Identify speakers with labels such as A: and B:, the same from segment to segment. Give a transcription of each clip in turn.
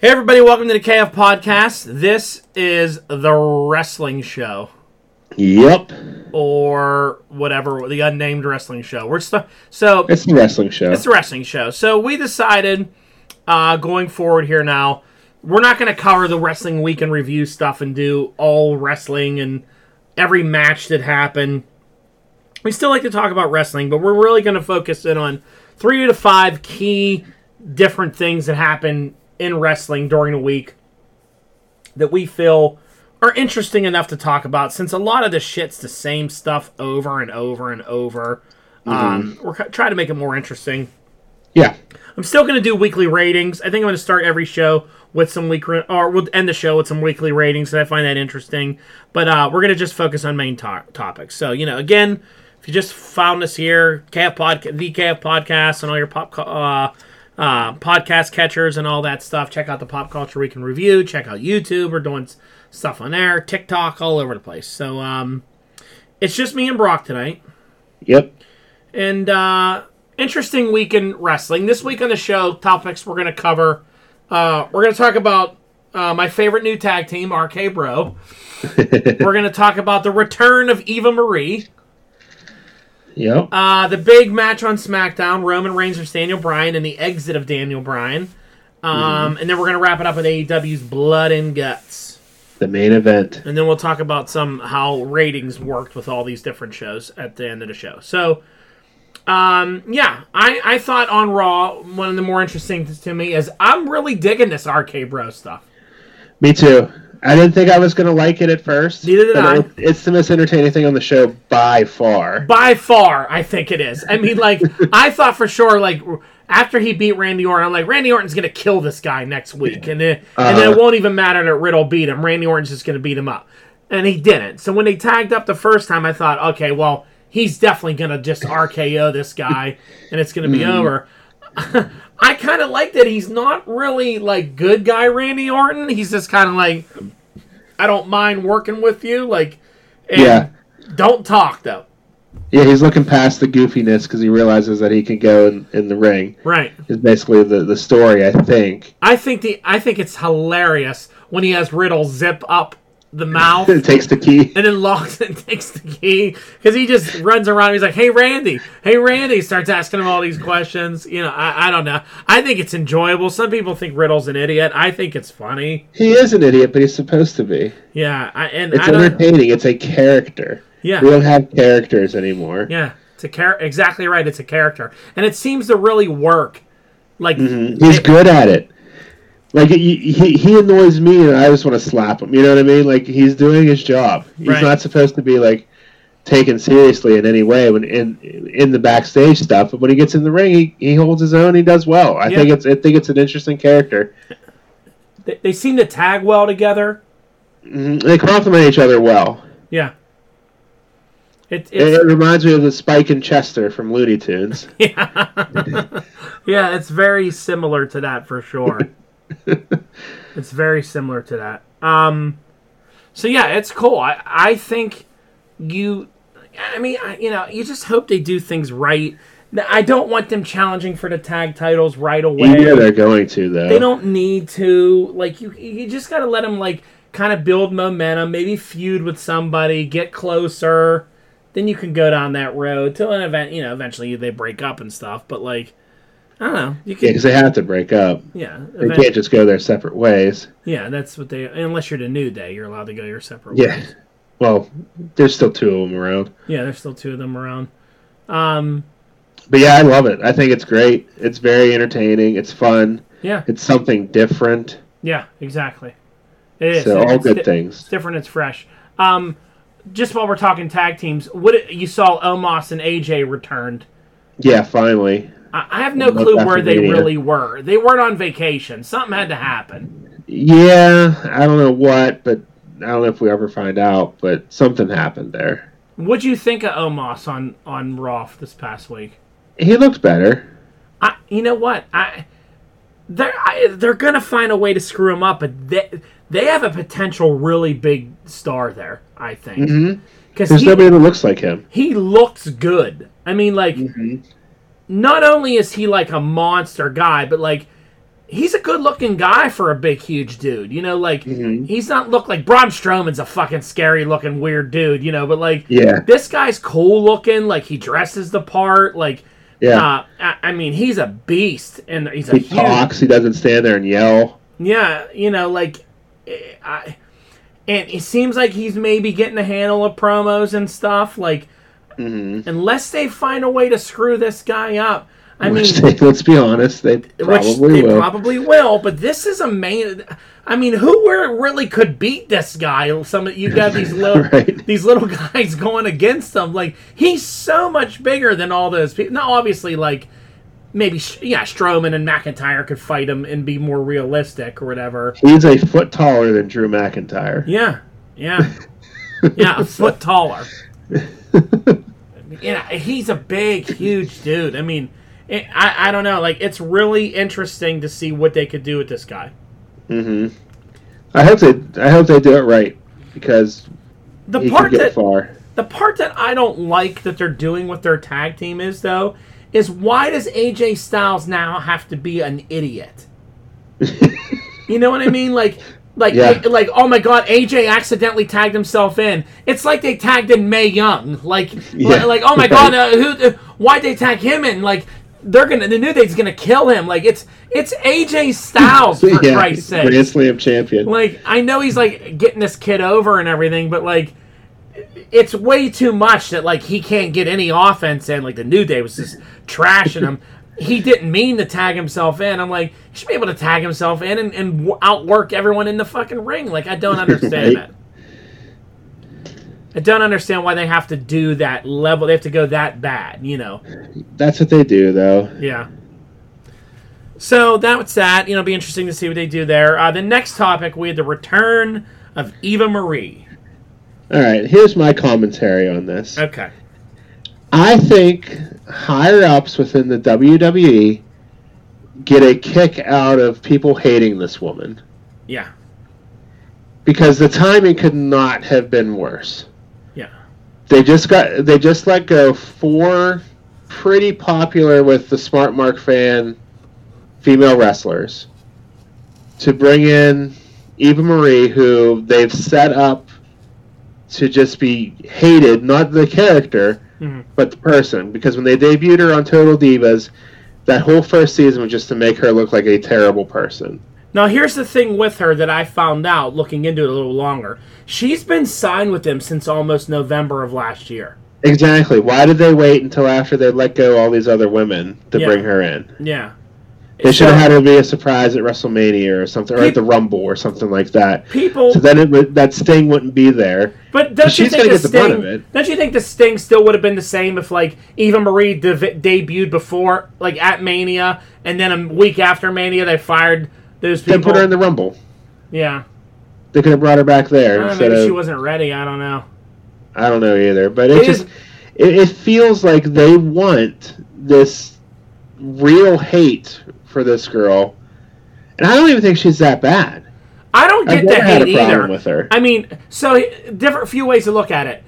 A: Hey everybody, welcome to the KF Podcast. This is the wrestling show,
B: Yep.
A: or whatever, the unnamed wrestling show. We're st- so
B: It's the wrestling show.
A: it's the wrestling show. So we decided uh, going forward here now, we're not going to cover the wrestling week in review stuff and do all wrestling and every match that happened. We still like to talk about wrestling, but we're really going to focus in on three to five key different things that happen in wrestling during the week that we feel are interesting enough to talk about since a lot of the shit's the same stuff over and over and over. Um, we're ca- trying to make it more interesting.
B: yeah.
A: I'm still going to do weekly ratings. I think I'm going to start every show with some weekly, or we'll end the show with some weekly ratings. And I find that interesting. But uh, we're going to just focus on main to- topics. So you know, again, if you just found us here, KF podcast, the KF podcast, and all your pop cu- uh, uh, podcast catchers and all that stuff. Check out the Pop Culture Week in Review. Check out YouTube. We're doing s- stuff on there, TikTok, all over the place. So um, it's just me and Brock tonight
B: Yep.
A: and uh, interesting week in wrestling. This week on the show, topics we're going to cover. Uh, we're going to talk about uh, my favorite new tag team, RK Bro. we're going to talk about the return of Eva Marie.
B: Yep.
A: Uh, the big match on SmackDown: Roman Reigns versus Daniel Bryan, and the exit of Daniel Bryan. Um, And then we're going to wrap it up with AEW's Blood and Guts.
B: the main event.
A: And then we'll talk about some how ratings worked with all these different shows at the end of the show. So, um, yeah, I, I thought on Raw, one of the more interesting things to me is I'm really digging this RK Bro stuff.
B: Me too. I didn't think I was going to like it at first.
A: Neither did
B: but
A: I.
B: it- it's the most entertaining thing on the show by far.
A: By far, I think it is. I mean, like, I thought for sure, like, after he beat Randy Orton, I'm like, Randy Orton's going to kill this guy next week. And then, and then it
B: Uh-huh.
A: won't even matter that Riddle beat him. Randy Orton's just going to beat him up. And he didn't. So when they tagged up the first time, I thought, okay, well, he's definitely going to just RKO this guy and it's going to be over. I kind of like that he's not really like good guy Randy Orton. He's just kind of like, I don't mind working with you. Like, and
B: Yeah.
A: don't talk though.
B: Yeah, he's looking past the goofiness because he realizes that he can go in, in the ring.
A: Right.
B: Is basically the, the story, I think.
A: I think the I think it's hilarious when he has Riddle zip up the mouth
B: It
A: and
B: takes the key.
A: then locks and takes the key because he just runs around. He's like, "Hey Randy, hey Randy," starts asking him all these questions. You know, I, I don't know. I think it's enjoyable. Some people think Riddle's an idiot. I think it's funny.
B: He is an idiot, but he's supposed to be.
A: Yeah, I, and
B: It's
A: I don't.
B: entertaining. It's a character.
A: Yeah.
B: We don't have characters anymore.
A: Yeah, it's a character. Exactly right. It's a character, and it seems to really work. Like
B: He's good at it. Like he, he, he annoys me, and I just want to slap him. You know what I mean? Like he's doing his job. He's
A: Right.
B: not supposed to be like taken seriously in any way when in in the backstage stuff. But when he gets in the ring, he, he holds his own. He does well. I
A: Yeah.
B: think it's I think it's an interesting character.
A: they, they seem to tag well together. Mm-hmm.
B: Mhm. They complement each other well.
A: Yeah. It,
B: It,
A: it's,
B: it reminds me of the Spike and Chester from Looney Tunes.
A: yeah. yeah, it's very similar to that for sure. it's very similar to that. Um, so yeah, it's cool. I, I think you, I mean, I, you know, you just hope they do things right. Now, I don't want them challenging for the tag titles right
B: You
A: away.
B: know they're going to though.
A: They don't need to. Like you, you just gotta let them like kind of build momentum. Maybe feud with somebody, get closer. Then you can go down that road till an event. You know, eventually they break up and stuff. But like, I don't know. You
B: Yeah,
A: can,
B: 'cause they have to break up.
A: yeah,
B: They
A: event-
B: can't just go their separate ways.
A: yeah. That's what they. Unless you're the new day, you're allowed to go your separate
B: Yeah.
A: ways.
B: Well, there's still two of them around.
A: Yeah, there's still two of them around. Um,
B: But yeah, I love it. I think it's great. It's very entertaining. It's fun.
A: yeah,
B: It's something different.
A: yeah, exactly. It is.
B: so all
A: It's
B: good
A: di- It's
B: things.
A: different. It's fresh. Um, just while we're talking tag teams, what it- you saw Omos and AJ returned.
B: Yeah, finally.
A: I, I have no
B: Look
A: clue
B: after
A: where they
B: Mania.
A: really were. They weren't on vacation. Something had to happen.
B: Yeah, I don't know what, but I don't know if we ever find out. But something happened there.
A: What'd you think of Omos on on Raw this past week?
B: He looked better.
A: I, you know what? I they're I, they're gonna find a way to screw him up, but they they have a potential really big star there. I think
B: Mm-hmm.
A: because
B: There's nobody that looks like him.
A: he looks good.
B: Mm-hmm.
A: I mean, like, not only is he like a monster guy, but like he's a good looking guy for a big, huge dude. You know, like
B: Mhm.
A: he's not look like Braun Strowman's a fucking scary looking weird dude. You know, but like
B: Yeah,
A: this guy's cool looking. Like he dresses the part. Like
B: yeah.
A: uh, I, I mean, he's a beast and he's a
B: he
A: huge.
B: talks. He doesn't stand there and yell.
A: Yeah, you know, like eh, I. And it seems like he's maybe getting a handle of promos and stuff. Like, Mm-hmm.
B: Mhm.
A: unless they find a way to screw this guy up, I mean,
B: which they, let's be honest, they
A: which
B: probably
A: they
B: will.
A: probably will. But this is a main. I mean, who were really could beat this guy? Some of you got these little
B: Right.
A: these little guys going against him. Like he's so much bigger than all those people. Now, obviously, like maybe Sh- yeah, Strowman and McIntyre could fight him and be more realistic or whatever.
B: He's a foot taller than Drew McIntyre.
A: Yeah, yeah, yeah, a foot taller. yeah, he's a big, huge dude. I mean, it, I I don't know. Like, it's really interesting to see what they could do with this guy.
B: hmm I hope they. I hope they do it right because
A: The
B: he could
A: part
B: get
A: that
B: far.
A: the part that I don't like that they're doing with their tag team is though is why does AJ Styles now have to be an idiot? You know what I mean? Like. Like,
B: Yeah.
A: like, oh my God! AJ accidentally tagged himself in. It's like they tagged in May Young. Like,
B: Yeah.
A: like, oh my
B: Right.
A: God! Uh, who? Uh, why they tag him in? Like, they're gonna. The New Day's gonna kill him. Like, it's it's AJ Styles for
B: yeah,
A: Christ's sake.
B: Grand Slam champion.
A: Like, I know he's like getting this kid over and everything, but like, it's way too much that like he can't get any offense in. Like the New Day was just trashing him. He didn't mean to tag himself in. I'm like, he should be able to tag himself in and, and w- outwork everyone in the fucking ring. Like, I don't understand
B: Right.
A: that. I don't understand why they have to do that level. They have to go that bad, you know.
B: That's what they do, though.
A: Yeah. So that's that. You know, it'll be interesting to see what they do there. Uh, the next topic, we had the return of Eva Marie.
B: All right, here's my commentary on this.
A: Okay.
B: I think higher ups within the WWE get a kick out of people hating this woman
A: Yeah.
B: because the timing could not have been worse.
A: Yeah.
B: They just got they just let go four pretty popular with the Smart Mark fan female wrestlers to bring in Eva Marie, who they've set up to just be hated, not the character,
A: Mhm.
B: but the person. Because when they debuted her on Total Divas, that whole first season was just to make her look like a terrible person.
A: Now here's the thing with her that I found out looking into it a little longer. She's been signed with them since almost November of last year.
B: Exactly. Why did they wait until after they let go all these other women to
A: Yeah.
B: bring her in?
A: Yeah.
B: They should have
A: So,
B: had it be a surprise at WrestleMania or something, or
A: Peop-
B: at the Rumble or something like that.
A: people.
B: So then it would, that Sting wouldn't be there.
A: But don't you
B: She's
A: think
B: gonna
A: the
B: get the
A: sting?
B: brunt of it.
A: Don't you think the sting still would have been the same if like Eva Marie de- debuted before, like at Mania, and then a week after Mania they fired those
B: They
A: people?
B: put her in the Rumble.
A: yeah,
B: They could have brought her back
A: I
B: there
A: don't know,
B: instead
A: maybe she
B: of
A: wasn't ready. I don't know.
B: I don't know either. But it,
A: It
B: just
A: is-
B: it, it feels like they want this real hate for this girl, and I don't even think she's that bad.
A: I don't
B: I've
A: get
B: never
A: that
B: had a
A: hate
B: problem
A: either.
B: with her.
A: I mean, so different few ways to look at it.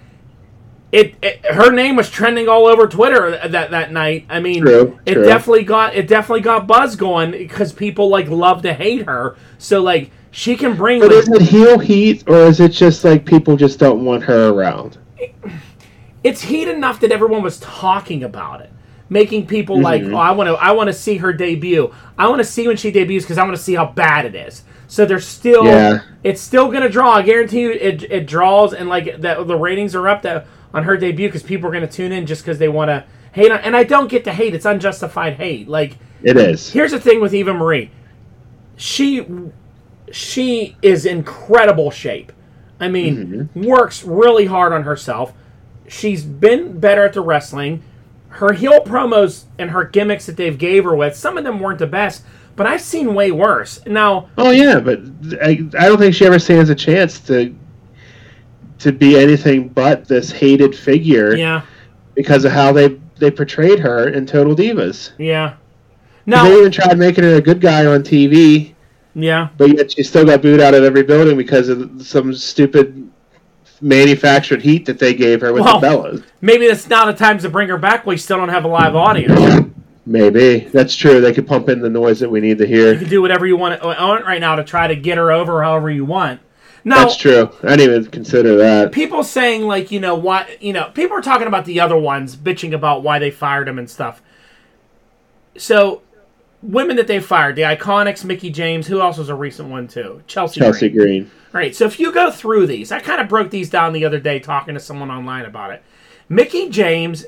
A: It, it her name was trending all over Twitter that that night. I mean,
B: True,
A: it
B: true.
A: definitely got it definitely got buzz going because people like love to hate her. So like she can bring
B: But
A: like,
B: is it heel heat, or is it just like people just don't want her around?
A: it's heat enough that everyone was talking about it, making people like, oh, I want to, I want to see her debut. I want to see when she debuts because I want to see how bad it is. So they're still,
B: Yeah.
A: it's still gonna draw. I guarantee you, it, it draws and like that the ratings are up that on her debut because people are gonna tune in just because they want to hate on. And I don't get to hate; it's unjustified hate. Like
B: It is.
A: here's the thing with Eva Marie. She she is incredible shape. I mean,
B: Mm-hmm.
A: works really hard on herself. She's been better at the wrestling. Her heel promos and her gimmicks that they've gave her with, some of them weren't the best, but I've seen way worse. Now,
B: Oh yeah, but I, I don't think she ever stands a chance to to be anything but this hated figure
A: yeah,
B: because of how they they portrayed her in Total Divas.
A: yeah.
B: They
A: Now,
B: even tried making her a good guy on TV,
A: yeah.
B: but yet she still got booed out of every building because of some stupid manufactured heat that they gave her with
A: Well-
B: the Bellas.
A: Maybe that's now the time to bring her back. We still don't have a live audience.
B: Maybe that's true. They could pump in the noise that we need to
A: You
B: hear.
A: can do whatever you want uh, want right now to try to get her over however you want. Now,
B: That's true. I didn't even consider that.
A: Oh. people saying like you know why you know people are talking about the other ones bitching about why they fired him and stuff so women that they fired the iconics mickey james who else was a recent one too chelsea,
B: Chelsea
A: Green.
B: Green.
A: all right so if you go through these i kind of broke these down the other day talking to someone online about it mickey james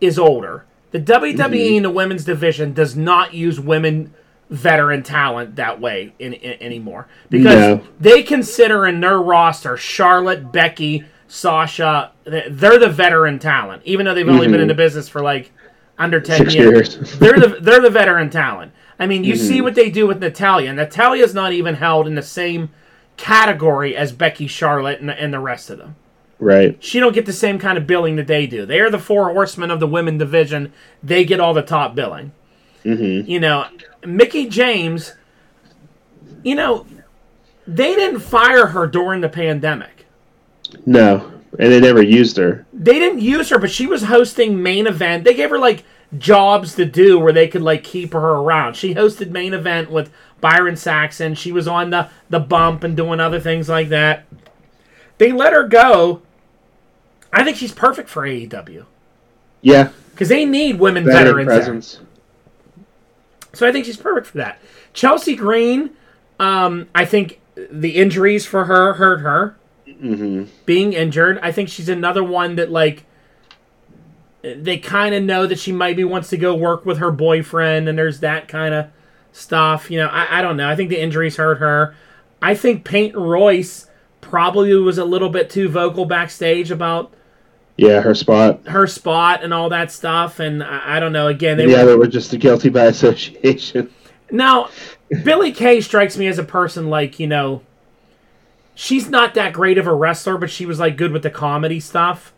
A: is older the wwe
B: Mm-hmm.
A: in the women's division does not use women veteran talent that way in, in- anymore because
B: No.
A: they consider in their roster Charlotte, Becky, Sasha. th- They're the veteran talent, even though they've only been in the business for like under ten
B: Mm-hmm. Six
A: years.
B: years.
A: they're the they're the veteran talent. I mean, you see what they do with Natalia. Natalia's not even held in the same category as Becky, Charlotte, and, and the rest of them.
B: Right.
A: She don't get the same kind of billing that they do. They are the four horsemen of the women division. They get all the top billing. Mm-hmm. You know, Mickey James. You know, they didn't fire her during the pandemic.
B: No. And they never used her.
A: They didn't use her, but she was hosting main event. They gave her like jobs to do where they could like keep her around. She hosted main event with Byron Saxon. She was on the the bump and doing other things like that. They let her go. I think she's perfect for AEW.
B: Yeah.
A: because they need women
B: Veteran
A: veterans. there.
B: presence.
A: So I think she's perfect for that. Chelsea Green, um, I think the injuries for her hurt her. Being injured, I think she's another one that like they kind of know that she maybe wants to go work with her boyfriend, and there's that kind of stuff. You know, I, I don't know. I think the injuries hurt her. I think Peyton Royce probably was a little bit too vocal backstage about
B: Yeah, her spot.
A: her spot and all that stuff, and I, I don't know. Again, they
B: The
A: were-
B: other was just the guilty by association.
A: Now, Billy Kay strikes me as a person like, you know, she's not that great of a wrestler, but she was like good with the comedy stuff.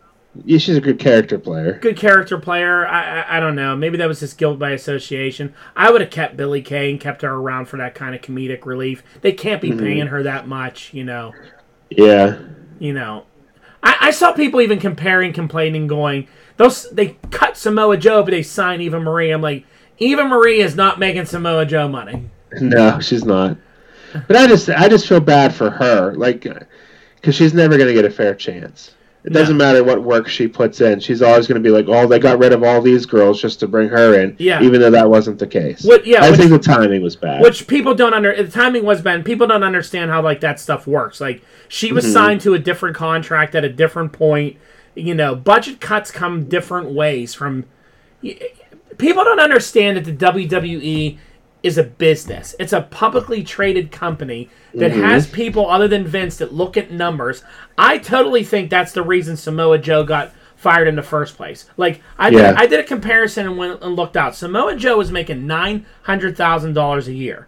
B: Yeah, she's a good character player.
A: Good character player. I I, I don't know. Maybe that was just guilt by association. I would have kept Billy Kay and kept her around for that kind of comedic relief. They can't be paying her that much, you know.
B: Yeah.
A: You know. I, I saw people even comparing, complaining, going, those they cut Samoa Joe, but they sign Eva Marie. I'm like, Eva Marie is not making Samoa Joe money.
B: No, she's not. But I just I just feel bad for her, like, because she's never going to get a fair chance. It doesn't matter what work she puts in. She's always going to be like, oh, they got rid of all these girls just to bring her in.
A: Yeah.
B: Even though that wasn't the case.
A: What- yeah,
B: I
A: which-
B: think the timing was bad.
A: which people don't under the timing was bad. and People don't understand how like that stuff works. Like she was signed to a different contract at a different point. You know, budget cuts come different ways from. y- People don't understand that the WWE is a business. It's a publicly traded company that
B: Mm-hmm.
A: has people other than Vince that look at numbers. I totally think that's the reason Samoa Joe got fired in the first place. Like I
B: Yeah.
A: did, I did a comparison and went and looked out. Samoa Joe was making nine hundred thousand dollars a year.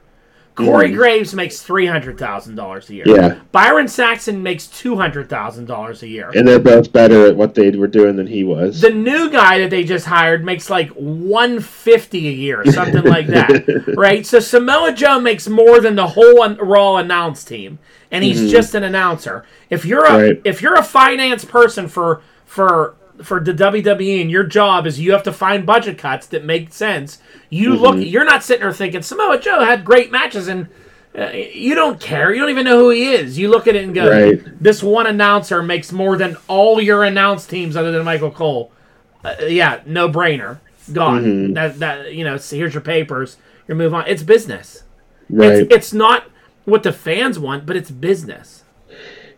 A: Corey Graves makes three hundred thousand dollars a year.
B: Mm-hmm. Yeah.
A: Byron Saxon makes two hundred thousand dollars a year.
B: and they're both better at what they were doing than he was.
A: the new guy that they just hired makes like one fifty a year, something like that, right? So Samoa Joe makes more than the whole un- Raw announce team, and he's just an announcer. If you're a
B: Right.
A: if you're a finance person for for for the WWE and your job is you have to find budget cuts that make sense. You look, you're not sitting there thinking Samoa Joe had great matches and uh, you don't care. You don't even know who he is. You look at it and go,
B: Right.
A: this one announcer makes more than all your announced teams other than Michael Cole. Uh, yeah, no brainer. Gone.
B: Mm-hmm.
A: That that you know, so here's your papers. Your move on. It's business.
B: right.
A: It's, it's not what the fans want, but it's business.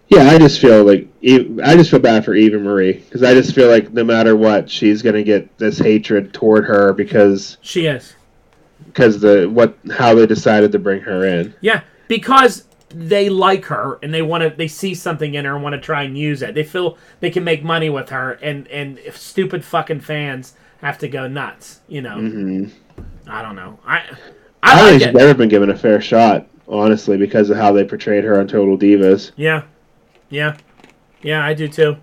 B: Yeah, I just feel like E- I just feel bad for Eva Marie because I just feel like no matter what, she's gonna get this hatred toward her because
A: She is.
B: because the what how they decided to bring her in.
A: Yeah, because they like her and they want to. They see something in her and want to try and use it. They feel they can make money with her, and and if stupid fucking fans have to go nuts. You know. I don't know. I
B: Mm-hmm.
A: I,
B: I don't
A: like
B: think she's
A: it.
B: never been given a fair shot, honestly, because of how they portrayed her on Total Divas.
A: Yeah, yeah, yeah. I do too.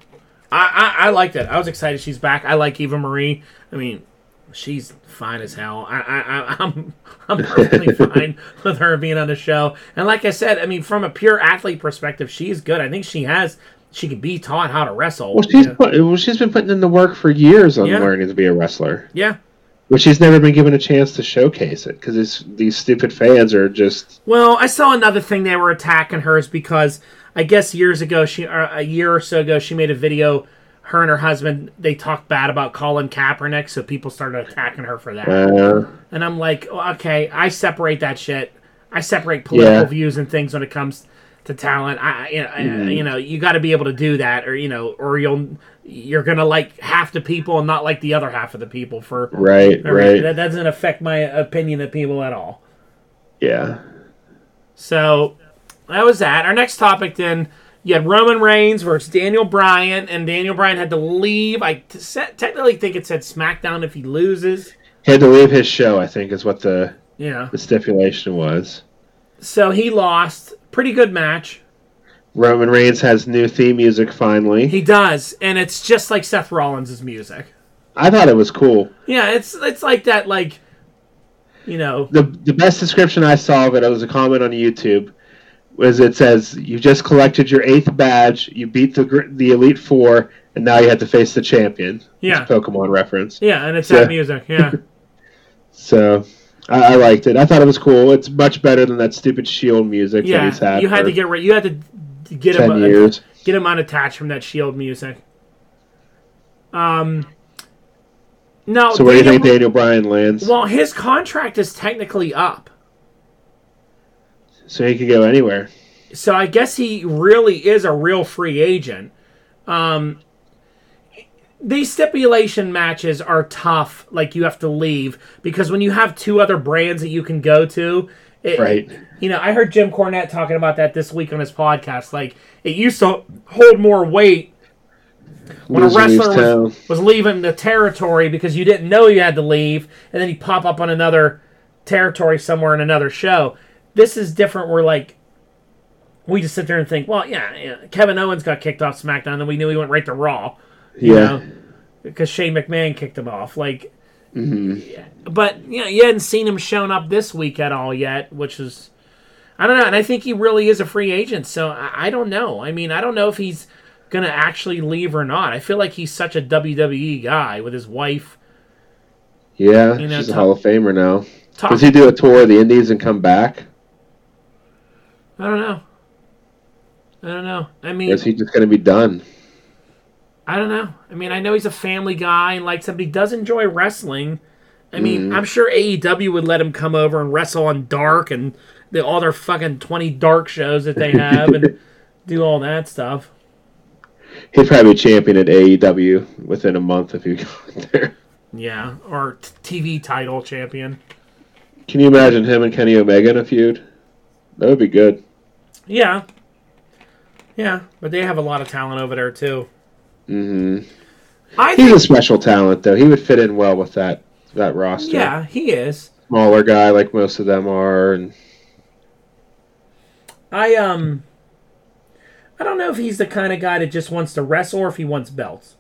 A: I, I I liked it. I was excited she's back. I like Eva Marie. I mean, she's fine as hell. I I I- I'm I'm perfectly fine with her being on the show. And like I said, I mean, from a pure athlete perspective, she's good. I think she has. She can be taught how to wrestle.
B: Well, she's
A: yeah.
B: put, well, she's been putting in the work for years on
A: Yeah.
B: learning to be a wrestler.
A: Yeah.
B: But she's never been given a chance to showcase it because these stupid fans are just.
A: Well, I saw another thing they were attacking her is because I guess years ago she or a year or so ago she made a video. Her and her husband they talked bad about Colin Kaepernick, so people started attacking her for that.
B: Uh,
A: and I'm like, oh, okay, I separate that shit. I separate political
B: Yeah.
A: views and things when it comes to talent. I, I- you know, I-
B: Mm-hmm.
A: you know, you got to be able to do that, or you know, or you'll you're gonna like half the people and not like the other half of the people for.
B: right, right.
A: That doesn't affect my opinion of people at all.
B: Yeah.
A: So that was that. Our next topic then, you had Roman Reigns versus Daniel Bryan, and Daniel Bryan had to leave. I t- se- technically think it said SmackDown if he loses.
B: He had to leave his show, I think, is what the,
A: Yeah.
B: the stipulation was.
A: So he lost. Pretty good match.
B: Roman Reigns has new theme music finally.
A: He does, and it's just like Seth Rollins' music.
B: I thought it was cool.
A: Yeah, it's it's like that, like you know,
B: The the best description I saw of it, it was a comment on YouTube, was it says, "You've just collected your eighth badge. You beat the gr- the elite four, and now you have to face the champion." It's
A: Yeah.
B: a Pokemon reference.
A: yeah, and it's
B: Yeah.
A: that music. Yeah,
B: So I, I liked it. I thought it was cool. It's much better than that stupid Shield music that he's
A: yeah.
B: had.
A: You had
B: for
A: to get rid. You had to d- get him
B: ten
A: a-
B: years.
A: get him unattached from that Shield music. Um. No.
B: So where do you
A: Oh, Daniel-
B: think Daniel Bryan lands?
A: Well, his contract is technically up,
B: so he could go anywhere.
A: so I guess he really is a real free agent. Um, these stipulation matches are tough. Like you have to leave because when you have two other brands that you can go to, it,
B: Right.
A: You know, I heard Jim Cornette talking about that this week on his podcast. Like it used to hold more weight when a
B: Loser leaves
A: wrestler
B: town.
A: was, was leaving the territory because you didn't know you had to leave, and then you pop up on another territory somewhere in another show. This is different. We're like, we just sit there and think, well, yeah, yeah, Kevin Owens got kicked off SmackDown, and we knew he went right to Raw, you
B: yeah.
A: know, because Shane McMahon kicked him off. Like,
B: Mm-hmm.
A: but you know, you hadn't seen him shown up this week at all yet, which is I don't know, and I think he really is a free agent, so I, I don't know. I mean, I don't know if he's gonna actually leave or not. I feel like he's such a WWE guy with his wife.
B: Yeah,
A: You know,
B: she's a
A: Tom-
B: Hall of Famer now.
A: Talk,
B: Does he do a tour of the Indies and come back?
A: I don't know. I don't know. I mean,
B: Or is he just going to be done?
A: I don't know. I mean, I know he's a family guy and like somebody does enjoy wrestling. I mean, I'm sure AEW would let him come over and wrestle on Dark and the, all their fucking 20 Dark shows that they have and do all that stuff.
B: He'd probably be champion at AEW within a month if he got there.
A: Yeah, or t- TV title champion.
B: Can you imagine him and Kenny Omega in a feud? That would be good.
A: Yeah. Yeah, but they have a lot of talent over there too.
B: hmm
A: I
B: He's
A: think
B: a special talent, though. He would fit in well with that that roster.
A: yeah, he is.
B: Smaller guy, like most of them are, and
A: I um I don't know if he's the kind of guy that just wants to wrestle or if he wants belts.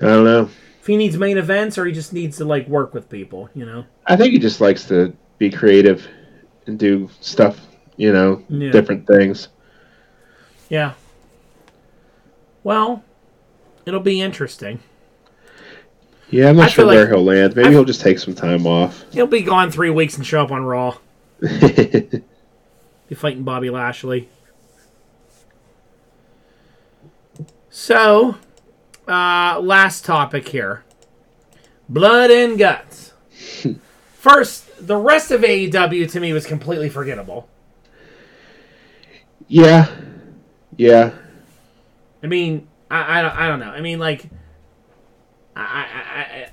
B: I don't know.
A: If he needs main events or he just needs to like work with people, you know.
B: I think he just likes to be creative and do stuff, you know,
A: Yeah.
B: different things.
A: Yeah. Well, it'll be interesting.
B: Yeah, I'm not
A: I
B: sure
A: feel
B: where
A: like-
B: he'll land. Maybe
A: I-
B: he'll just take some time off.
A: He'll be gone three weeks and show up on Raw.
B: yeah,
A: Be fighting Bobby Lashley. So, uh, last topic here blood and guts. First, the rest of AEW to me was completely forgettable.
B: yeah.
A: I mean, I, I, don't- I don't know. I mean, like, I, I, I, I-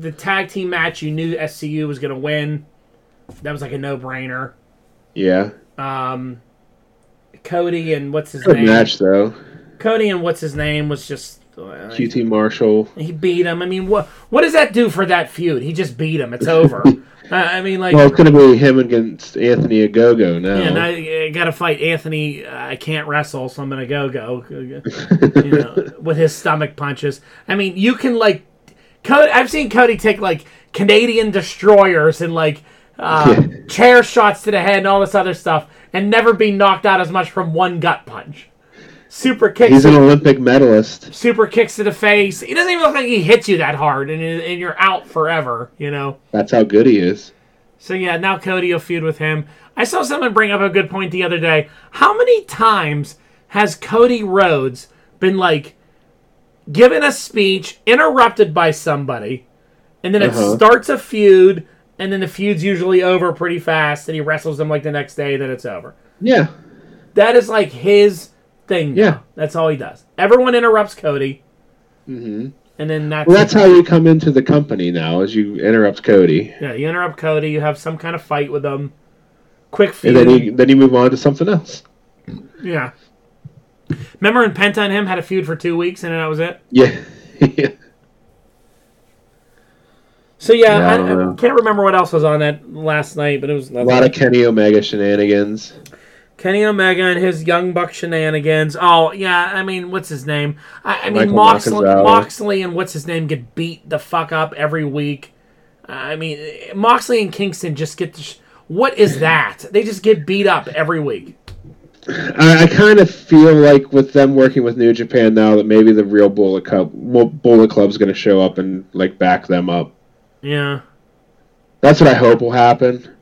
A: the tag team match, you knew SCU was going to win. That was like a no brainer.
B: Yeah.
A: Um, Cody and what's his
B: Good
A: name?
B: match though.
A: Cody and what's his name was just. uh,
B: QT Marshall.
A: He beat him. I mean, what what does that do for that feud? He just beat him. It's over. uh, I mean, like,
B: Well, it's gonna be him against Anthony Agogo now.
A: man, I, got to fight Anthony. Uh, I can't wrestle, so I'm gonna go go. You know, with his stomach punches. I mean, you can like, Cody. I've seen Cody take like Canadian destroyers and like uh,
B: Yeah.
A: chair shots to the head and all this other stuff, and never be knocked out as much from one gut punch. super kicks.
B: He's
A: you-
B: an Olympic medalist.
A: super kicks to the face. He doesn't even look like he hits you that hard, and, and you're out forever, you know?
B: That's how good he is.
A: So, yeah, now Cody will feud with him. I saw someone bring up a good point the other day. How many times has Cody Rhodes been, like, given a speech, interrupted by somebody, and then
B: Uh-huh.
A: it starts a feud, and then the feud's usually over pretty fast, and he wrestles them, like, the next day, then it's over?
B: Yeah.
A: That is, like, his thing. now.
B: Yeah.
A: That's all he does. Everyone interrupts Cody,
B: hmm
A: and then that's
B: Well, that's how you come into the company now, is you interrupt Cody,
A: Yeah, you interrupt Cody. You have some kind of fight with them. Quick
B: and
A: feud.
B: then you then you move on to something else.
A: yeah. Remember when Penta and him had a feud for two weeks, and then that was it.
B: Yeah. yeah.
A: So yeah,
B: Yeah, I
A: I,
B: don't
A: I
B: know.
A: can't remember what else was on that last night, but it was
B: A lot of Kenny Omega shenanigans.
A: Kenny Omega and his Young Buck shenanigans. Oh yeah, I mean, what's his name? I, I mean,
B: Michael
A: Moxley,
B: Nakazawa.
A: Moxley and what's his name get beat the fuck up every week. I mean, Moxley and Kingston just get. To sh- what is that? They just get beat up every week.
B: I, I kind of feel like with them working with New Japan now that maybe the real Bullet Club well, Bullet Club's going to show up and like back them up.
A: Yeah.
B: That's what I hope will happen.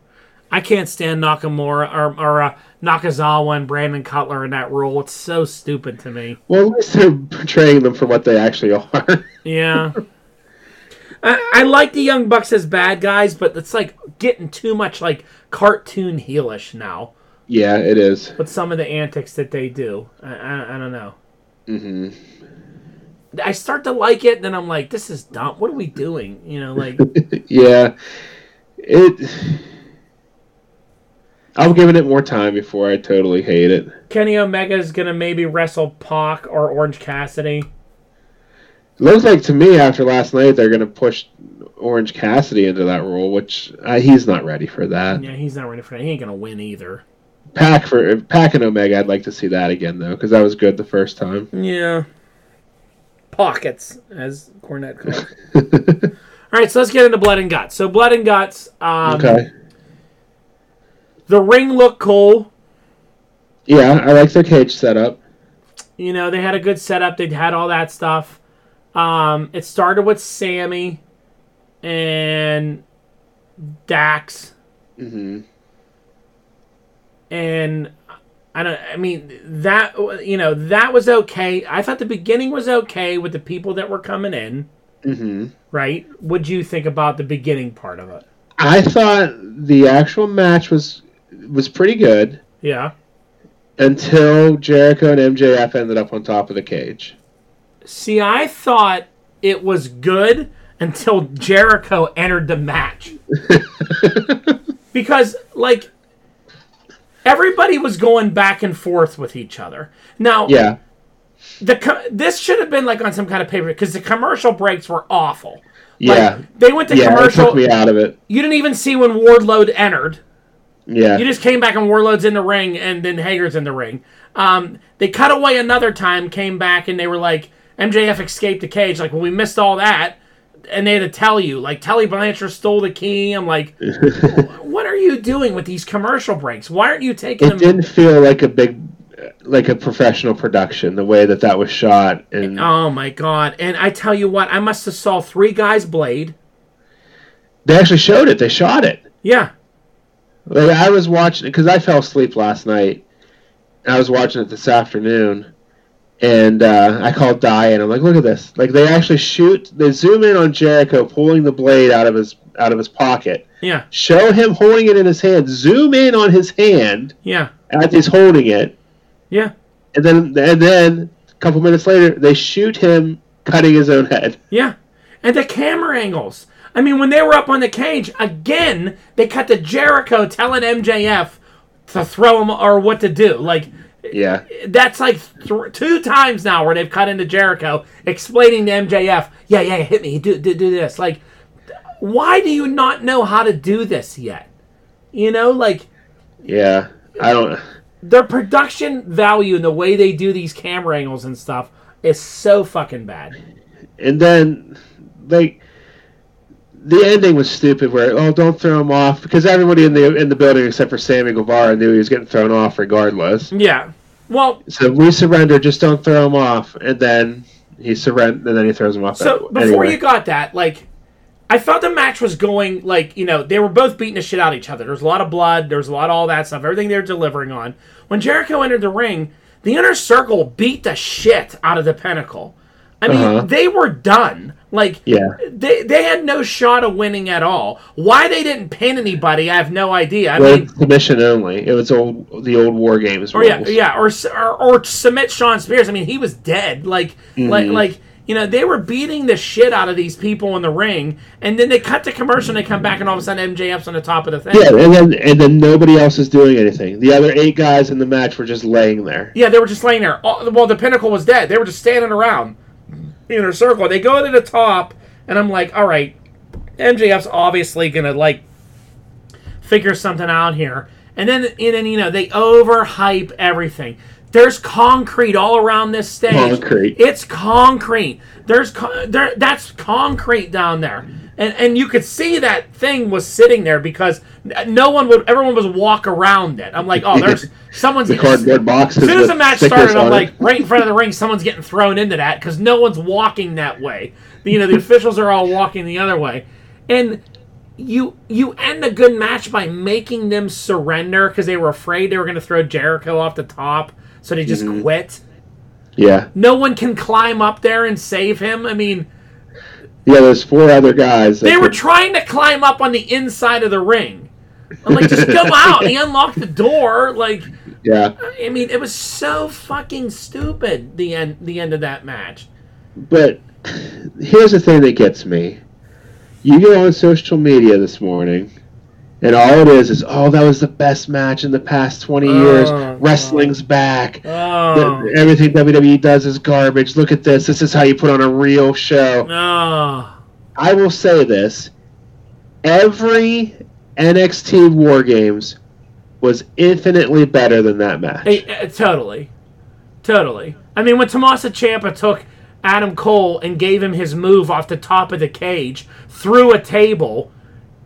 A: I can't stand Nakamura or, or uh, Nakazawa and Brandon Cutler in that role. It's so stupid to me.
B: Well, at least they're portraying them for what they actually are.
A: Yeah. I, I like the Young Bucks as bad guys, but it's like getting too much like cartoon heelish now
B: yeah, it is.
A: with some of the antics that they do. I, I, I don't know.
B: Mm-hmm.
A: I start to like it, then I'm like, this is dumb. What are we doing? You know, like,
B: Yeah, it. I'm giving it more time before I totally hate it.
A: Kenny Omega's going to maybe wrestle Pac or Orange Cassidy.
B: Looks like to me after last night they're going to push Orange Cassidy into that role, which uh, he's not ready for that.
A: Yeah, he's not ready for that. He ain't going to win either.
B: Pack for Pack and Omega, I'd like to see that again though, because that was good the first time.
A: Yeah. Pockets, as Cornette calls. it. All right, so let's get into Blood and Guts. So Blood and Guts. Um,
B: okay.
A: The ring looked cool.
B: Yeah, I like their cage setup.
A: You know, they had a good setup. They had all that stuff. Um, it started with Sammy and Dax,
B: Mm-hmm.
A: and I don't. I mean, that you know that was okay. I thought the beginning was okay with the people that were coming in.
B: Mm-hmm.
A: Right? What'd you think about the beginning part of it?
B: I thought the actual match was was pretty good
A: Yeah.
B: until Jericho and MJF ended up on top of the cage.
A: See, I thought it was good until Jericho entered the match. because, like, everybody was going back and forth with each other. Now,
B: Yeah.
A: the co- this should have been, like, on some kind of paper because the commercial breaks were awful. Like,
B: Yeah.
A: They went to
B: yeah. It took
A: commercial.
B: me out of it.
A: You didn't even see when Wardlow entered.
B: Yeah.
A: You just came back and Warlord's in the ring, and then Hager's in the ring. Um, they cut away another time, came back, and they were like, MJF escaped the cage. Like, well, we missed all that. And they had to tell you, like, Telly Blanchard stole the key. I'm like, what are you doing with these commercial breaks? Why aren't you taking
B: it
A: them?
B: didn't feel like a big, like a professional production the way that that was shot and
A: Oh my god! And I tell you what, I must have saw three guys blade.
B: they actually showed it. They shot it.
A: Yeah,
B: Like I was watching because I fell asleep last night. I was watching it this afternoon, and uh, I called Di and I'm like, "Look at this! Like they actually shoot. They zoom in on Jericho pulling the blade out of his out of his pocket.
A: yeah,
B: Show him holding it in his hand. Zoom in on his hand
A: yeah,
B: as he's holding it,
A: yeah,
B: and then and then a couple minutes later they shoot him cutting his own head.
A: yeah. And the camera angles. I mean, when they were up on the cage again, they cut to Jericho telling MJF to throw him or what to do. Like
B: Yeah,
A: that's like th- two times now where they've cut into Jericho explaining to MJF, yeah, yeah, hit me, do, do, do this. Like, why do you not know how to do this yet? You know, like
B: yeah. I don't.
A: their production value and the way they do these camera angles and stuff is so fucking bad.
B: And then, like, the ending was stupid. Where oh, don't throw him off because everybody in the in the building except for Sammy Guevara knew he was getting thrown off regardless.
A: Yeah, Well,
B: So we surrender. Just don't throw him off. And then he surrender. And then he throws him off.
A: so
B: that-
A: before
B: anyway.
A: you got that, like, I felt the match was going like you know they were both beating the shit out of each other. There's a lot of blood. There's a lot of all that stuff. Everything they're delivering on. When Jericho entered the ring, the inner circle beat the shit out of the Pinnacle. I mean,
B: Uh-huh.
A: they were done. Like,
B: Yeah.
A: they they had no shot of winning at all. Why they didn't pin anybody, I have no idea. I mean,
B: Well, submission only. It was old the old war games.
A: or Oh, yeah,
B: rules.
A: yeah, or, s- or or submit Sean Spears. I mean, he was dead. Like, like,
B: Mm-hmm.
A: like you know, they were beating the shit out of these people in the ring, and then they cut the commercial and they come back, and all of a sudden MJF's on the top of the thing.
B: Yeah, and then and then nobody else is doing anything. The other eight guys in the match were just laying there.
A: Yeah, they were just laying there. All, well, the pinnacle was dead. They were just standing around in a circle. They go to the top, and I'm like, all right, MJF's obviously gonna like figure something out here. And then, and then you know, they overhype everything. There's concrete all around this stage.
B: Concrete.
A: It's concrete. There's con- there. That's concrete down there, and and you could see that thing was sitting there because n- no one would. Everyone was walk around it. I'm like, oh, there's someone's
B: The cardboard boxes.
A: as soon as
B: with
A: the match
B: stickers
A: started, I'm
B: on
A: like,
B: it.
A: right in front of the ring, someone's getting thrown into that because no one's walking that way. You know, the officials are all walking the other way, and you you end a good match by making them surrender because they were afraid they were going to throw Jericho off the top, so they just
B: Mm-hmm.
A: quit.
B: yeah,
A: No one can climb up there and save him. I mean,
B: yeah. There's four other guys. that
A: they were
B: could-
A: trying to climb up on the inside of the ring. I'm like, just go out. He unlocked the door. Like,
B: yeah,
A: I mean, it was so fucking stupid. The end. The end of that match.
B: but here's the thing that gets me. You go on social media this morning, and all it is is, oh, that was the best match in the past 20 years.
A: Oh,
B: Wrestling's back.
A: Oh.
B: The- everything WWE does is garbage. Look at this. This is how you put on a real show.
A: Oh.
B: I will say this: every NXT War Games was infinitely better than that match.
A: Eh, eh, totally. Totally. I mean, when Tomasa Champa took Adam Cole and gave him his move off the top of the cage through a table,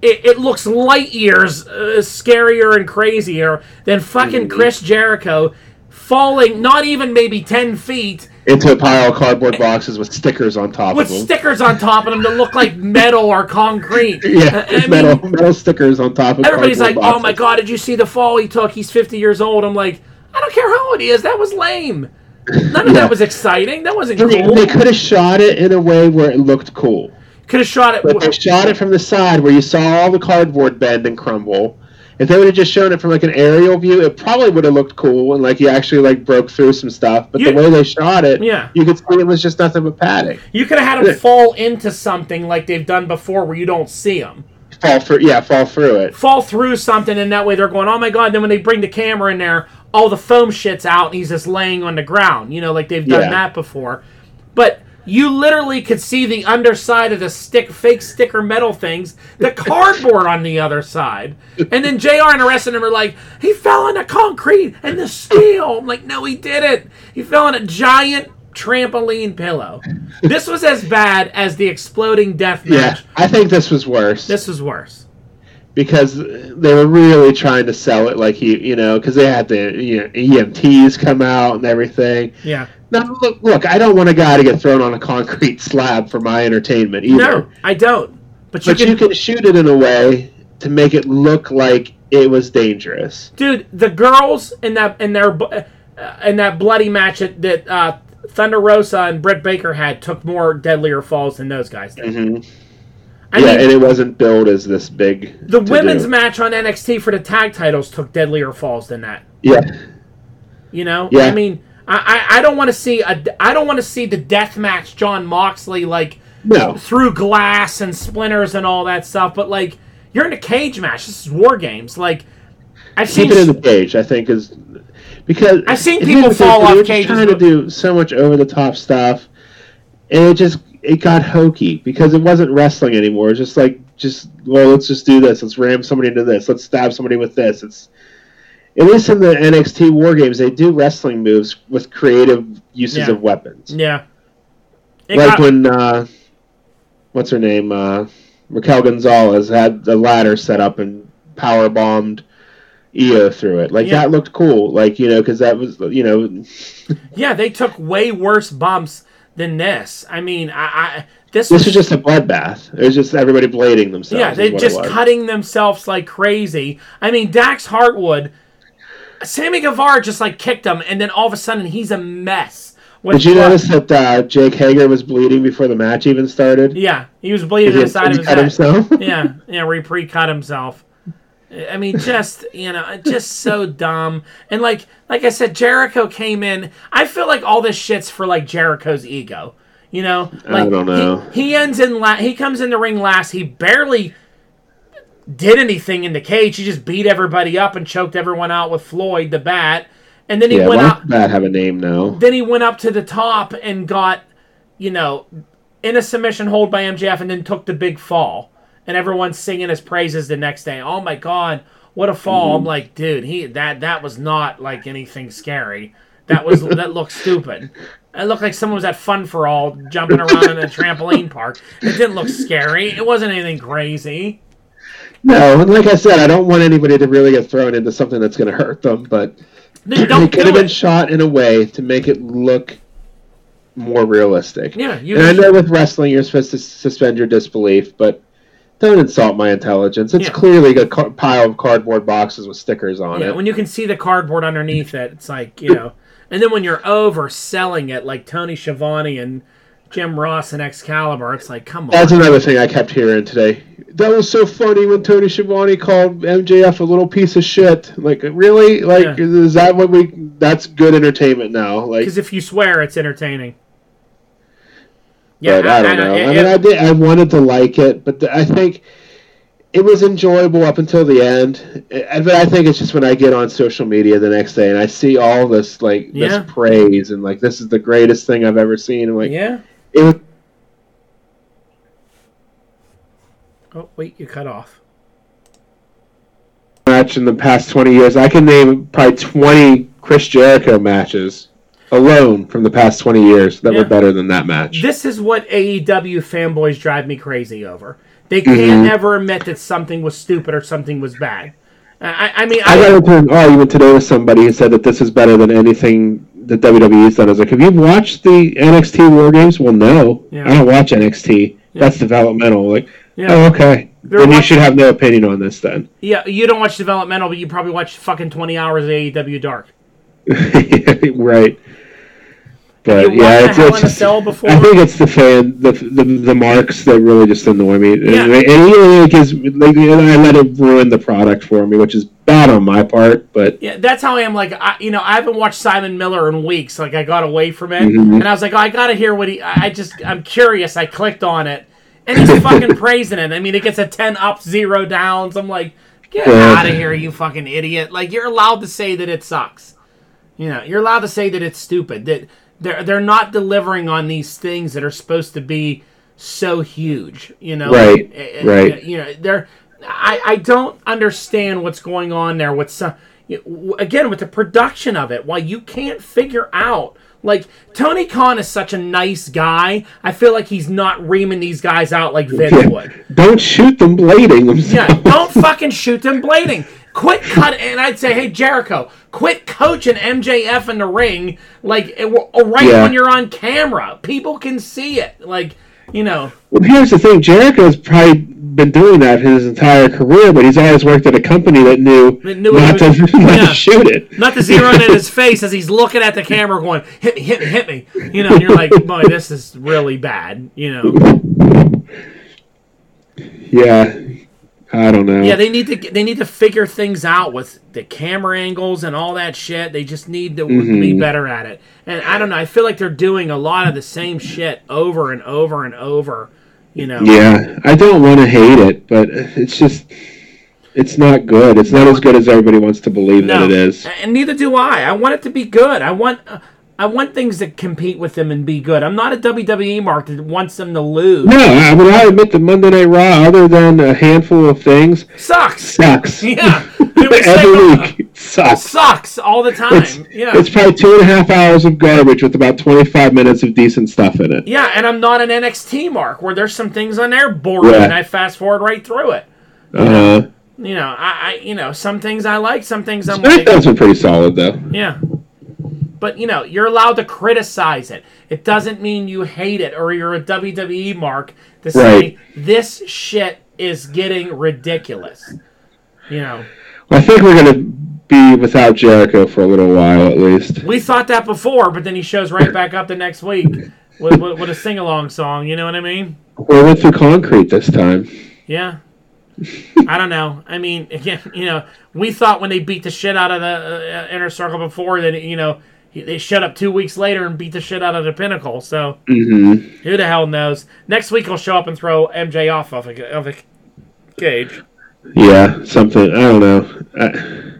A: it, it looks light years uh, scarier and crazier than fucking
B: Mm-hmm.
A: Chris Jericho falling not even maybe 10 feet
B: Into a pile of cardboard boxes with stickers on top
A: with
B: of them.
A: stickers on top of them that look like metal or concrete. Uh,
B: yeah,
A: I- I
B: metal, metal stickers on top of.
A: Everybody's like,
B: cardboard
A: "Oh my
B: boxes."
A: god, did you see the fall he took? He's 50 years old." I'm like, "I don't care how old he is. That was lame. None of
B: Yeah.
A: that was exciting. That wasn't
B: They,
A: cool.
B: they could have shot it in a way where it looked cool.
A: Could have shot
B: But they
A: it.
B: shot it from the side where you saw all the cardboard bend and crumble. If they would have just shown it from like an aerial view, it probably would have looked cool and like you actually like broke through some stuff. But
A: You-
B: the way they shot it,
A: Yeah.
B: you could see it was just nothing but padding.
A: You could have had him
B: Yeah.
A: fall into something like they've done before, where you don't see him
B: fall through. Yeah, fall through it.
A: fall through something, and that way they're going, "Oh my god!" Then when they bring the camera in there, all the foam shits out, and he's just laying on the ground. You know, like they've done
B: Yeah.
A: that before. But you literally could see the underside of the stick, fake sticker metal things, the cardboard on the other side. And then JR and the rest of them are like, he fell into concrete and the steel. I'm like, no, he didn't. He fell on a giant trampoline pillow. This was as bad as the exploding death
B: Yeah,
A: match.
B: I think this was worse
A: This was worse.
B: because they were really trying to sell it. Like he, you know, because they had the you know, EMTs come out and everything.
A: Yeah.
B: Now look, look, I don't want a guy to get thrown on a concrete slab for my entertainment either.
A: No, I don't. But you
B: but
A: can,
B: you can shoot it in a way to make it look like it was dangerous.
A: dude. The girls in that in their bu- uh, in that bloody match that, that uh, Thunder Rosa and Britt Baker had took more deadlier falls than those guys did. Mm-hmm. I
B: yeah,
A: mean,
B: and it wasn't billed as this big.
A: the
B: to-do.
A: women's match on NXT for the tag titles took deadlier falls than that.
B: Yeah,
A: You know,
B: Yeah.
A: I mean, I I, I don't want to see a I don't want to see the death match John Moxley like
B: no,
A: through glass and splinters and all that stuff. But like, you're in a cage match. This is war games. Like, I've seen
B: keep it in the cage. I think is because
A: I've seen
B: it's
A: people
B: because
A: fall
B: they
A: off
B: were just
A: cages,
B: Trying to
A: but-
B: do so much over the top stuff, and it just it got hokey because it wasn't wrestling anymore. It's just like just well, let's just do this. Let's ram somebody into this. Let's stab somebody with this. It's at least in the NXT War Games they do wrestling moves with creative uses
A: Yeah.
B: of weapons.
A: yeah. It
B: Like
A: got-
B: when uh, what's her name uh, Raquel Gonzalez had the ladder set up and power bombed EO through it. Like
A: Yeah.
B: that looked cool. Like you know, because that was you know,
A: Yeah, they took way worse bumps than this. I mean, I, I this
B: this was just a bloodbath. It was just everybody blading themselves.
A: yeah,
B: is
A: they
B: what it
A: just
B: was.
A: cutting themselves like crazy. I mean, Dax Hartwood, Sammy Guevara just like kicked him, and then all of a sudden he's a mess. With
B: Did you
A: blood-
B: notice that uh, Jake Hager was bleeding before the match even started?
A: Yeah, he was bleeding
B: He had-
A: inside
B: he
A: of his
B: cut
A: head.
B: himself.
A: yeah, yeah, where he pre-cut himself. I mean, just you know, just so dumb. And like, like I said, Jericho came in. I feel like all this shit's for like Jericho's ego. You know, like
B: I don't know.
A: He, he ends in la- he comes in the ring last. He barely did anything in the cage. He just beat everybody up and choked everyone out with Floyd the bat. And then he
B: Yeah,
A: went
B: why
A: out
B: does that have a name now?
A: then he went up to the top and got, you know, in a submission hold by MJF and then took the big fall. And everyone's singing his praises the next day. Oh my god, what a fall.
B: Mm-hmm.
A: I'm like, dude, he that that was not like anything scary. That was that looked stupid. It looked like someone was at fun for all jumping around in a trampoline park. It didn't look scary. It wasn't anything crazy.
B: No, and like I said, I don't want anybody to really get thrown into something that's going to hurt them, but
A: Then
B: it
A: don't
B: could
A: do
B: have been
A: it.
B: shot in a way to make it look more realistic.
A: Yeah, you-
B: and uh, I know with wrestling you're supposed to suspend your disbelief, but don't insult my intelligence. It's
A: Yeah.
B: clearly a ca- pile of cardboard boxes with stickers on
A: Yeah,
B: it.
A: when you can see the cardboard underneath it, it's like you know. And then when you're overselling it, like Tony Schiavone and Jim Ross and Excalibur, it's like, come on.
B: That's another thing I kept hearing today. That was so funny when Tony Schiavone called MJF a little piece of shit. Like, really? Like,
A: Yeah.
B: is that what we? That's good entertainment now. Like,
A: Because if you swear, it's entertaining.
B: but I, don't know. I mean, I did. I wanted to like it, but the, I think it was enjoyable up until the end. I- But I think it's just when I get on social media the next day and I see all this like
A: Yeah.
B: this praise and like this is the greatest thing I've ever seen. And like,
A: yeah.
B: it was,
A: Oh wait, you cut off.
B: match in the past 20 years. I can name probably 20 Chris Jericho matches alone from the past 20 years that
A: Yeah.
B: were better than that match.
A: This is what AEW fanboys drive me crazy over. They
B: Mm-hmm.
A: can't ever admit that something was stupid or something was bad. I, I- I mean,
B: I
A: I,
B: got into an argument today with somebody who said that this is better than anything that WWE's done. I was like, have you watched the NXT War Games? Well, no.
A: Yeah.
B: I don't watch NXT. That's developmental. Like,
A: Yeah.
B: oh, okay.
A: They're
B: then you
A: watch-
B: should have no opinion on this then.
A: yeah, you don't watch developmental, but you probably watch fucking twenty hours of AEW Dark.
B: right. But
A: You watched
B: yeah,
A: the Hell
B: it's, it's
A: in a
B: just-
A: Cell before?
B: I think it's the fan, the, the the marks that really just annoy me, and,
A: Yeah.
B: and even like is like and I let it ruin the product for me, which is bad on my part. But
A: Yeah, that's how I am. Like, I, you know, I haven't watched Simon Miller in weeks. Like, I got away from it,
B: Mhm.
A: and I was like, oh, I gotta hear what he. I I just, I'm curious. I clicked on it, and he's fucking praising it. I mean, it gets a ten up, zero downs. I'm like, get
B: Yeah.
A: out of here, you fucking idiot! Like, you're allowed to say that it sucks. You know, you're allowed to say that it's stupid. That they're they're not delivering on these things that are supposed to be so huge. You know,
B: Right,
A: Eh, eh,
B: right.
A: you know there I, I don't understand what's going on there with some you- w- again with the production of it why you can't figure out like tony khan is such a nice guy i feel like he's not reaming these guys out like vince would
B: don't shoot them blading themselves.
A: yeah don't fucking shoot them blading quit cut and i'd say hey jericho quit coaching mjf in the ring like it- or right
B: Yeah.
A: when you're on camera people can see it like you know
B: Well, here's the thing: Jericho's probably been doing that his entire career, but he's always worked at a company that knew,
A: That knew
B: not,
A: he was-
B: to, not
A: yeah.
B: to shoot it.
A: Not the zero in his face as he's looking at the camera going, hit me, hit me, hit me. You know, and you're like, boy, this is really bad. You know,
B: Yeah, I don't know.
A: yeah, they need to they need to figure things out with the camera angles and all that shit. They just need to
B: Mm-hmm.
A: be better at it. And I don't know, I feel like they're doing a lot of the same shit over and over and over. You know,
B: Yeah, I don't want to hate it, but it's just it's not good. It's not as good as everybody wants to believe that it is.
A: And neither do I. I want it to be good. I want uh, I want things that compete with them and be good. I'm not a WWE mark that wants them to lose.
B: No, I I mean I admit that Monday Night Raw, other than a handful of things,
A: Sucks.
B: sucks.
A: Yeah. Did we say-
B: Every week it sucks.
A: sucks all the time.
B: It's,
A: yeah.
B: it's probably two and a half hours of garbage with about twenty five minutes of decent stuff in it.
A: yeah, and I'm not an NXT mark where there's some things on there boring
B: Yeah.
A: and I fast forward right through it.
B: Uh,
A: You know, I, I you know some things I like, some things I'm like.
B: SmackDown's been pretty solid though.
A: Yeah. But you know, you're allowed to criticize it. It doesn't mean you hate it or you're a WWE mark to say
B: Right.
A: this shit is getting ridiculous. You know,
B: I think we're gonna be without Jericho for a little while at least.
A: we thought that before, but then he shows right back up the next week with, with, with a sing along song. You know what I mean?
B: We went through concrete this time.
A: Yeah. I don't know. I mean, again, you know, we thought when they beat the shit out of the uh, inner circle before that, you know, he- they shut up two weeks later and beat the shit out of the pinnacle. So.
B: Mm-hmm.
A: Who the hell knows? Next week he'll show up and throw MJ off of a, of a cage.
B: Yeah, something. I don't know. I,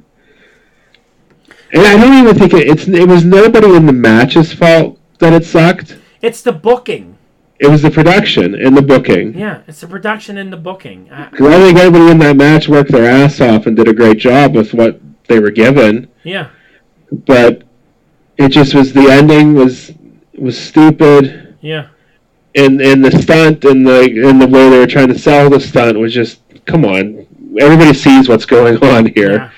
B: and I don't even think it, it's. It was nobody in the match's fault that it sucked.
A: It's the booking.
B: It was the production and the booking.
A: Yeah, it's the production and the booking. I,
B: 'Cause I think everybody in that match worked their ass off and did a great job with what they were given.
A: yeah,
B: But it just was the ending was was stupid,
A: yeah.
B: and and the stunt and the and the way they were trying to sell the stunt was just come on. Everybody sees what's going on
A: Yeah.
B: here.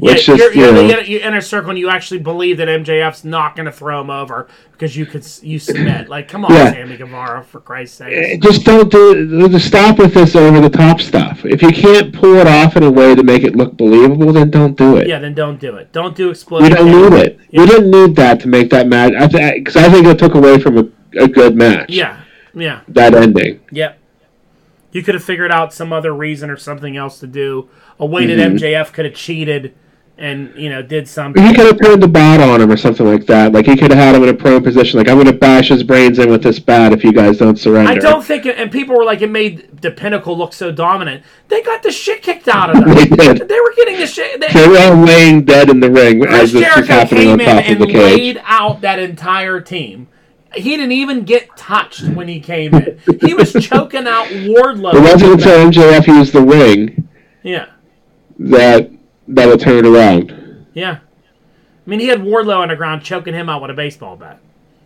B: Let's
A: Yeah,
B: just
A: you're,
B: you
A: you're
B: know.
A: the inner, you're inner circle, and you actually believe that MJF's not going to throw him over because you could s- you submit. Like, come on,
B: Yeah.
A: Sammy Guevara, for Christ's
B: Eh,
A: sake.
B: just don't do just stop with this over the top stuff. If you can't pull it off in a way to make it look believable, then don't do it.
A: Yeah, then don't do it. Don't do
B: We
A: explosion.
B: don't need it. We didn't need that to make that match. Because I, th- 'cause I think it took away from a, a good match.
A: Yeah, yeah.
B: That ending.
A: Yep. You could have figured out some other reason or something else to do. A way
B: Mhm.
A: that MJF could have cheated and, you know, did something.
B: He could have turned the bat on him or something like that. Like he could have had him in a prone position. Like I'm going to bash his brains in with this bat if you guys don't surrender.
A: I don't think it, and people were like, it made the pinnacle look so dominant. They got the shit kicked out of them.
B: They did.
A: They were getting the shit. They,
B: They were all laying dead in the ring
A: Chris
B: as this was
A: Jericho
B: happening on
A: came in
B: top of
A: and
B: the cage.
A: laid out that entire team. He didn't even get touched when he came in. He was choking out Wardlow.
B: It wasn't until MJF used the ring
A: Yeah,
B: that that it turned around.
A: yeah. I mean, he had Wardlow on the ground choking him out with a baseball bat.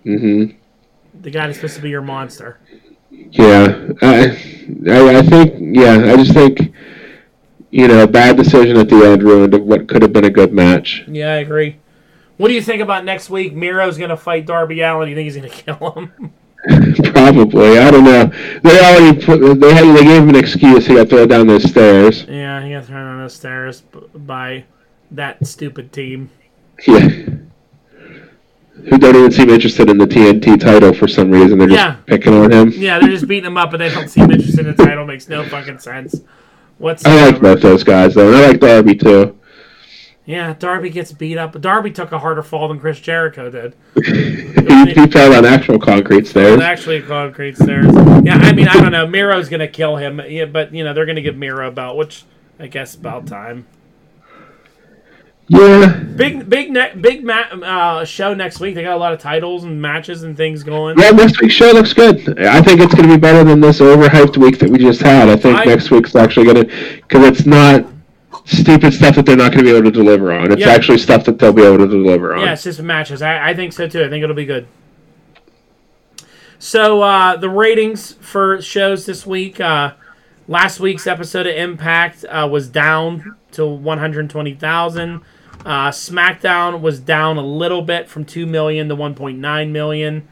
B: hmm
A: The guy that's supposed to be your monster.
B: Yeah, I, I, I think, yeah, I just think, you know, a bad decision at the end ruined what could have been a good match.
A: Yeah, I agree. What do you think about next week? Miro's going to fight Darby Allen. You think he's going to kill him?
B: Probably, I don't know. They already put, they had, they gave him an excuse. He got thrown down those stairs.
A: Yeah, he got thrown on the stairs b- by that stupid team.
B: Yeah. Who don't even seem interested in the TNT title for some reason. They're just
A: Yeah.
B: picking on him.
A: Yeah, they're just beating him up, but they don't seem interested in the title. Makes no fucking sense. What's
B: I like both those guys though, and I like Darby too.
A: Yeah, Darby gets beat up. but Darby took a harder fall than Chris Jericho did.
B: He, he fell on actual concrete stairs.
A: And actually, concrete stairs. Yeah, I mean, I don't know. Miro's gonna kill him. Yeah, but you know they're gonna give Miro a belt, which I guess about time.
B: Yeah.
A: Big, big, ne- big ma- uh, show next week. They got a lot of titles and matches and things going.
B: Yeah, next week's show looks good. I think it's going to be better than this overhyped week that we just had. I think
A: I-
B: next week's actually going to, because it's not stupid stuff that they're not going to be able to deliver on. It's
A: Yeah.
B: actually stuff that they'll be able to deliver on.
A: Yeah, it's just matches. I, I think so too. I think it'll be good. So uh, the ratings for shows this week. Uh, last week's episode of Impact uh, was down to 120,000. Uh, SmackDown was down a little bit from 2 million to 1.9 million.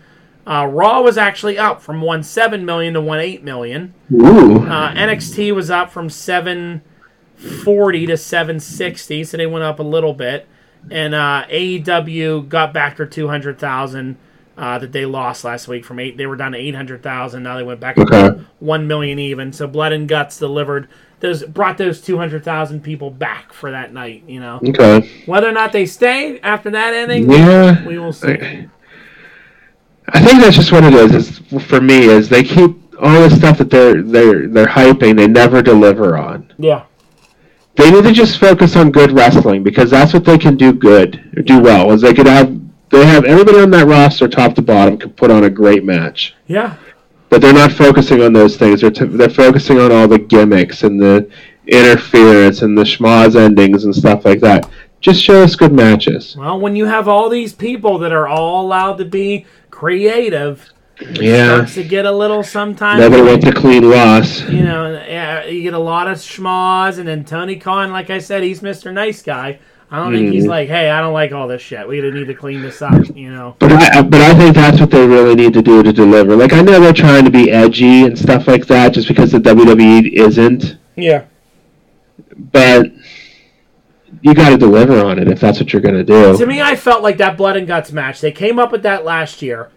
A: Uh, Raw was actually up from 1.7 million to 1.8 million.
B: Ooh.
A: Uh, NXT was up from 740 to 760, so they went up a little bit. And uh, AEW got back their 200,000 uh, that they lost last week from eight. They were down to 800,000. Now they went back
B: Okay.
A: to 1 million even. So Blood and Guts delivered those, brought those 200,000 people back for that night. You know,
B: okay.
A: whether or not they stay after that ending,
B: Yeah.
A: we will see.
B: I I think that's just what it is. Is for me is they keep all the stuff that they're they're they're hyping. They never deliver on.
A: Yeah,
B: They need to just focus on good wrestling because that's what they can do good, or do well. Is they could have they have everybody on that roster, top to bottom, could put on a great match.
A: yeah,
B: But they're not focusing on those things. They're, t- they're focusing on all the gimmicks and the interference and the schmoz endings and stuff like that. Just show us good matches.
A: Well, when you have all these people that are all allowed to be creative,
B: Yeah.
A: starts to get a little sometimes.
B: Nobody wants a clean loss.
A: you know, yeah, you get a lot of schmaws, and then Tony Khan, like I said, he's Mr. Nice Guy. I don't think he's like, hey, I don't like all this shit. We need to clean this up, you know.
B: But I, I- but I think that's what they really need to do to deliver. Like I know they're trying to be edgy and stuff like that, just because the WWE isn't.
A: Yeah.
B: But you got to deliver on it if that's what you're going to do.
A: To me, I felt like that blood and guts match. They came up with that last year.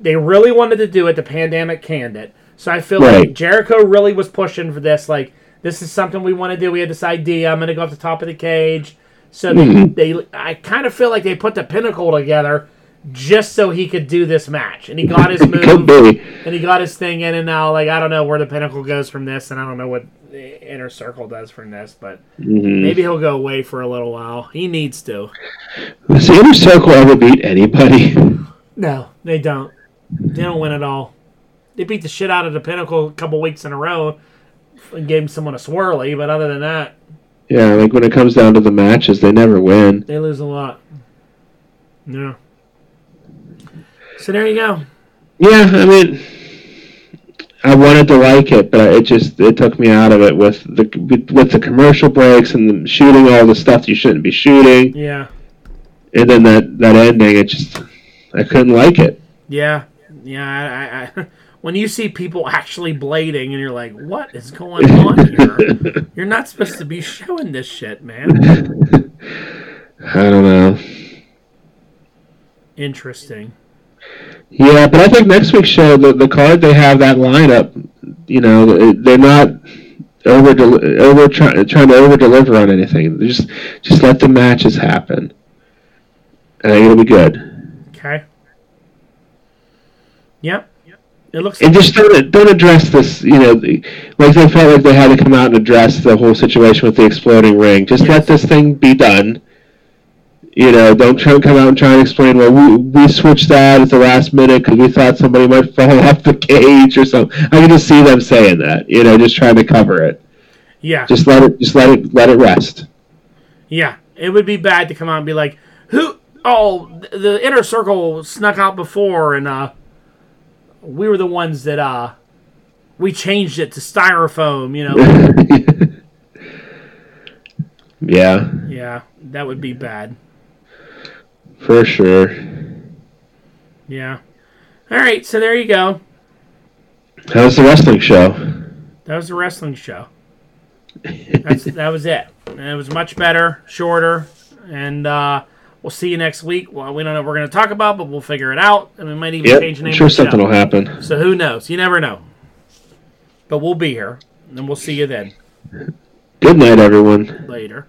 A: They really wanted to do it. The pandemic canned it. So I feel like
B: Right.
A: Jericho really was pushing for this. Like this is something we want to do. We had this idea. I'm going to go up the top of the cage. So they, they I kind of feel like they put the pinnacle together just so he could do this match, and he got his
B: It could
A: move.
B: be.
A: and he got his thing in and now like i don't know where the pinnacle goes from this and i don't know what the inner circle does from this but
B: Mm-hmm.
A: maybe he'll go away for a little while he needs to
B: Does the inner circle ever beat anybody?
A: no they don't they don't win at all they beat the shit out of the pinnacle a couple weeks in a row and gave someone a swirly but other than that
B: Yeah, like when it comes down to the matches, they never win.
A: they lose a lot no so there you go
B: Yeah, I mean, I wanted to like it, but it just it took me out of it with the with the commercial breaks and the shooting all the stuff you shouldn't be shooting,
A: yeah
B: and then that that ending. It just I couldn't like it.
A: yeah yeah i, I, I when you see people actually blading and you're like what is going on here You're not supposed to be showing this shit, man.
B: I don't know.
A: Interesting.
B: Yeah, but I think next week's show, the, the card they have that lineup, you know, they're not over deli- over try, trying to over deliver on anything. They just just let the matches happen, and it'll be good.
A: Okay. Yep. It looks
B: And
A: like
B: just don't don't address this, you know, the, like they felt like they had to come out and address the whole situation with the exploding ring. Just let this thing be done. You know, don't try and come out and try and explain. Well, we, we switched that at the last minute because we thought somebody might fall off the cage or something. I can just see them saying that. You know, just trying to cover it.
A: yeah,
B: Just let it. Just let it. Let it rest.
A: yeah. It would be bad to come out and be like, "Who? Oh, th- the inner circle snuck out before, and uh, we were the ones that uh, we changed it to styrofoam." You know?
B: yeah,
A: yeah, that would be bad.
B: for sure.
A: Yeah. All right, so there you go.
B: How's the wrestling show?
A: That was the wrestling show. That's, that was it. And it was much better, shorter, and uh, we'll see you next week. Well, we don't know what we're going to talk about, but we'll figure it out, and we might even
B: Yep,
A: change the
B: I'm
A: name.
B: sure
A: of the
B: something
A: show.
B: will happen.
A: So who knows? You never know. But we'll be here, and we'll see you then
B: Good night, everyone.
A: later.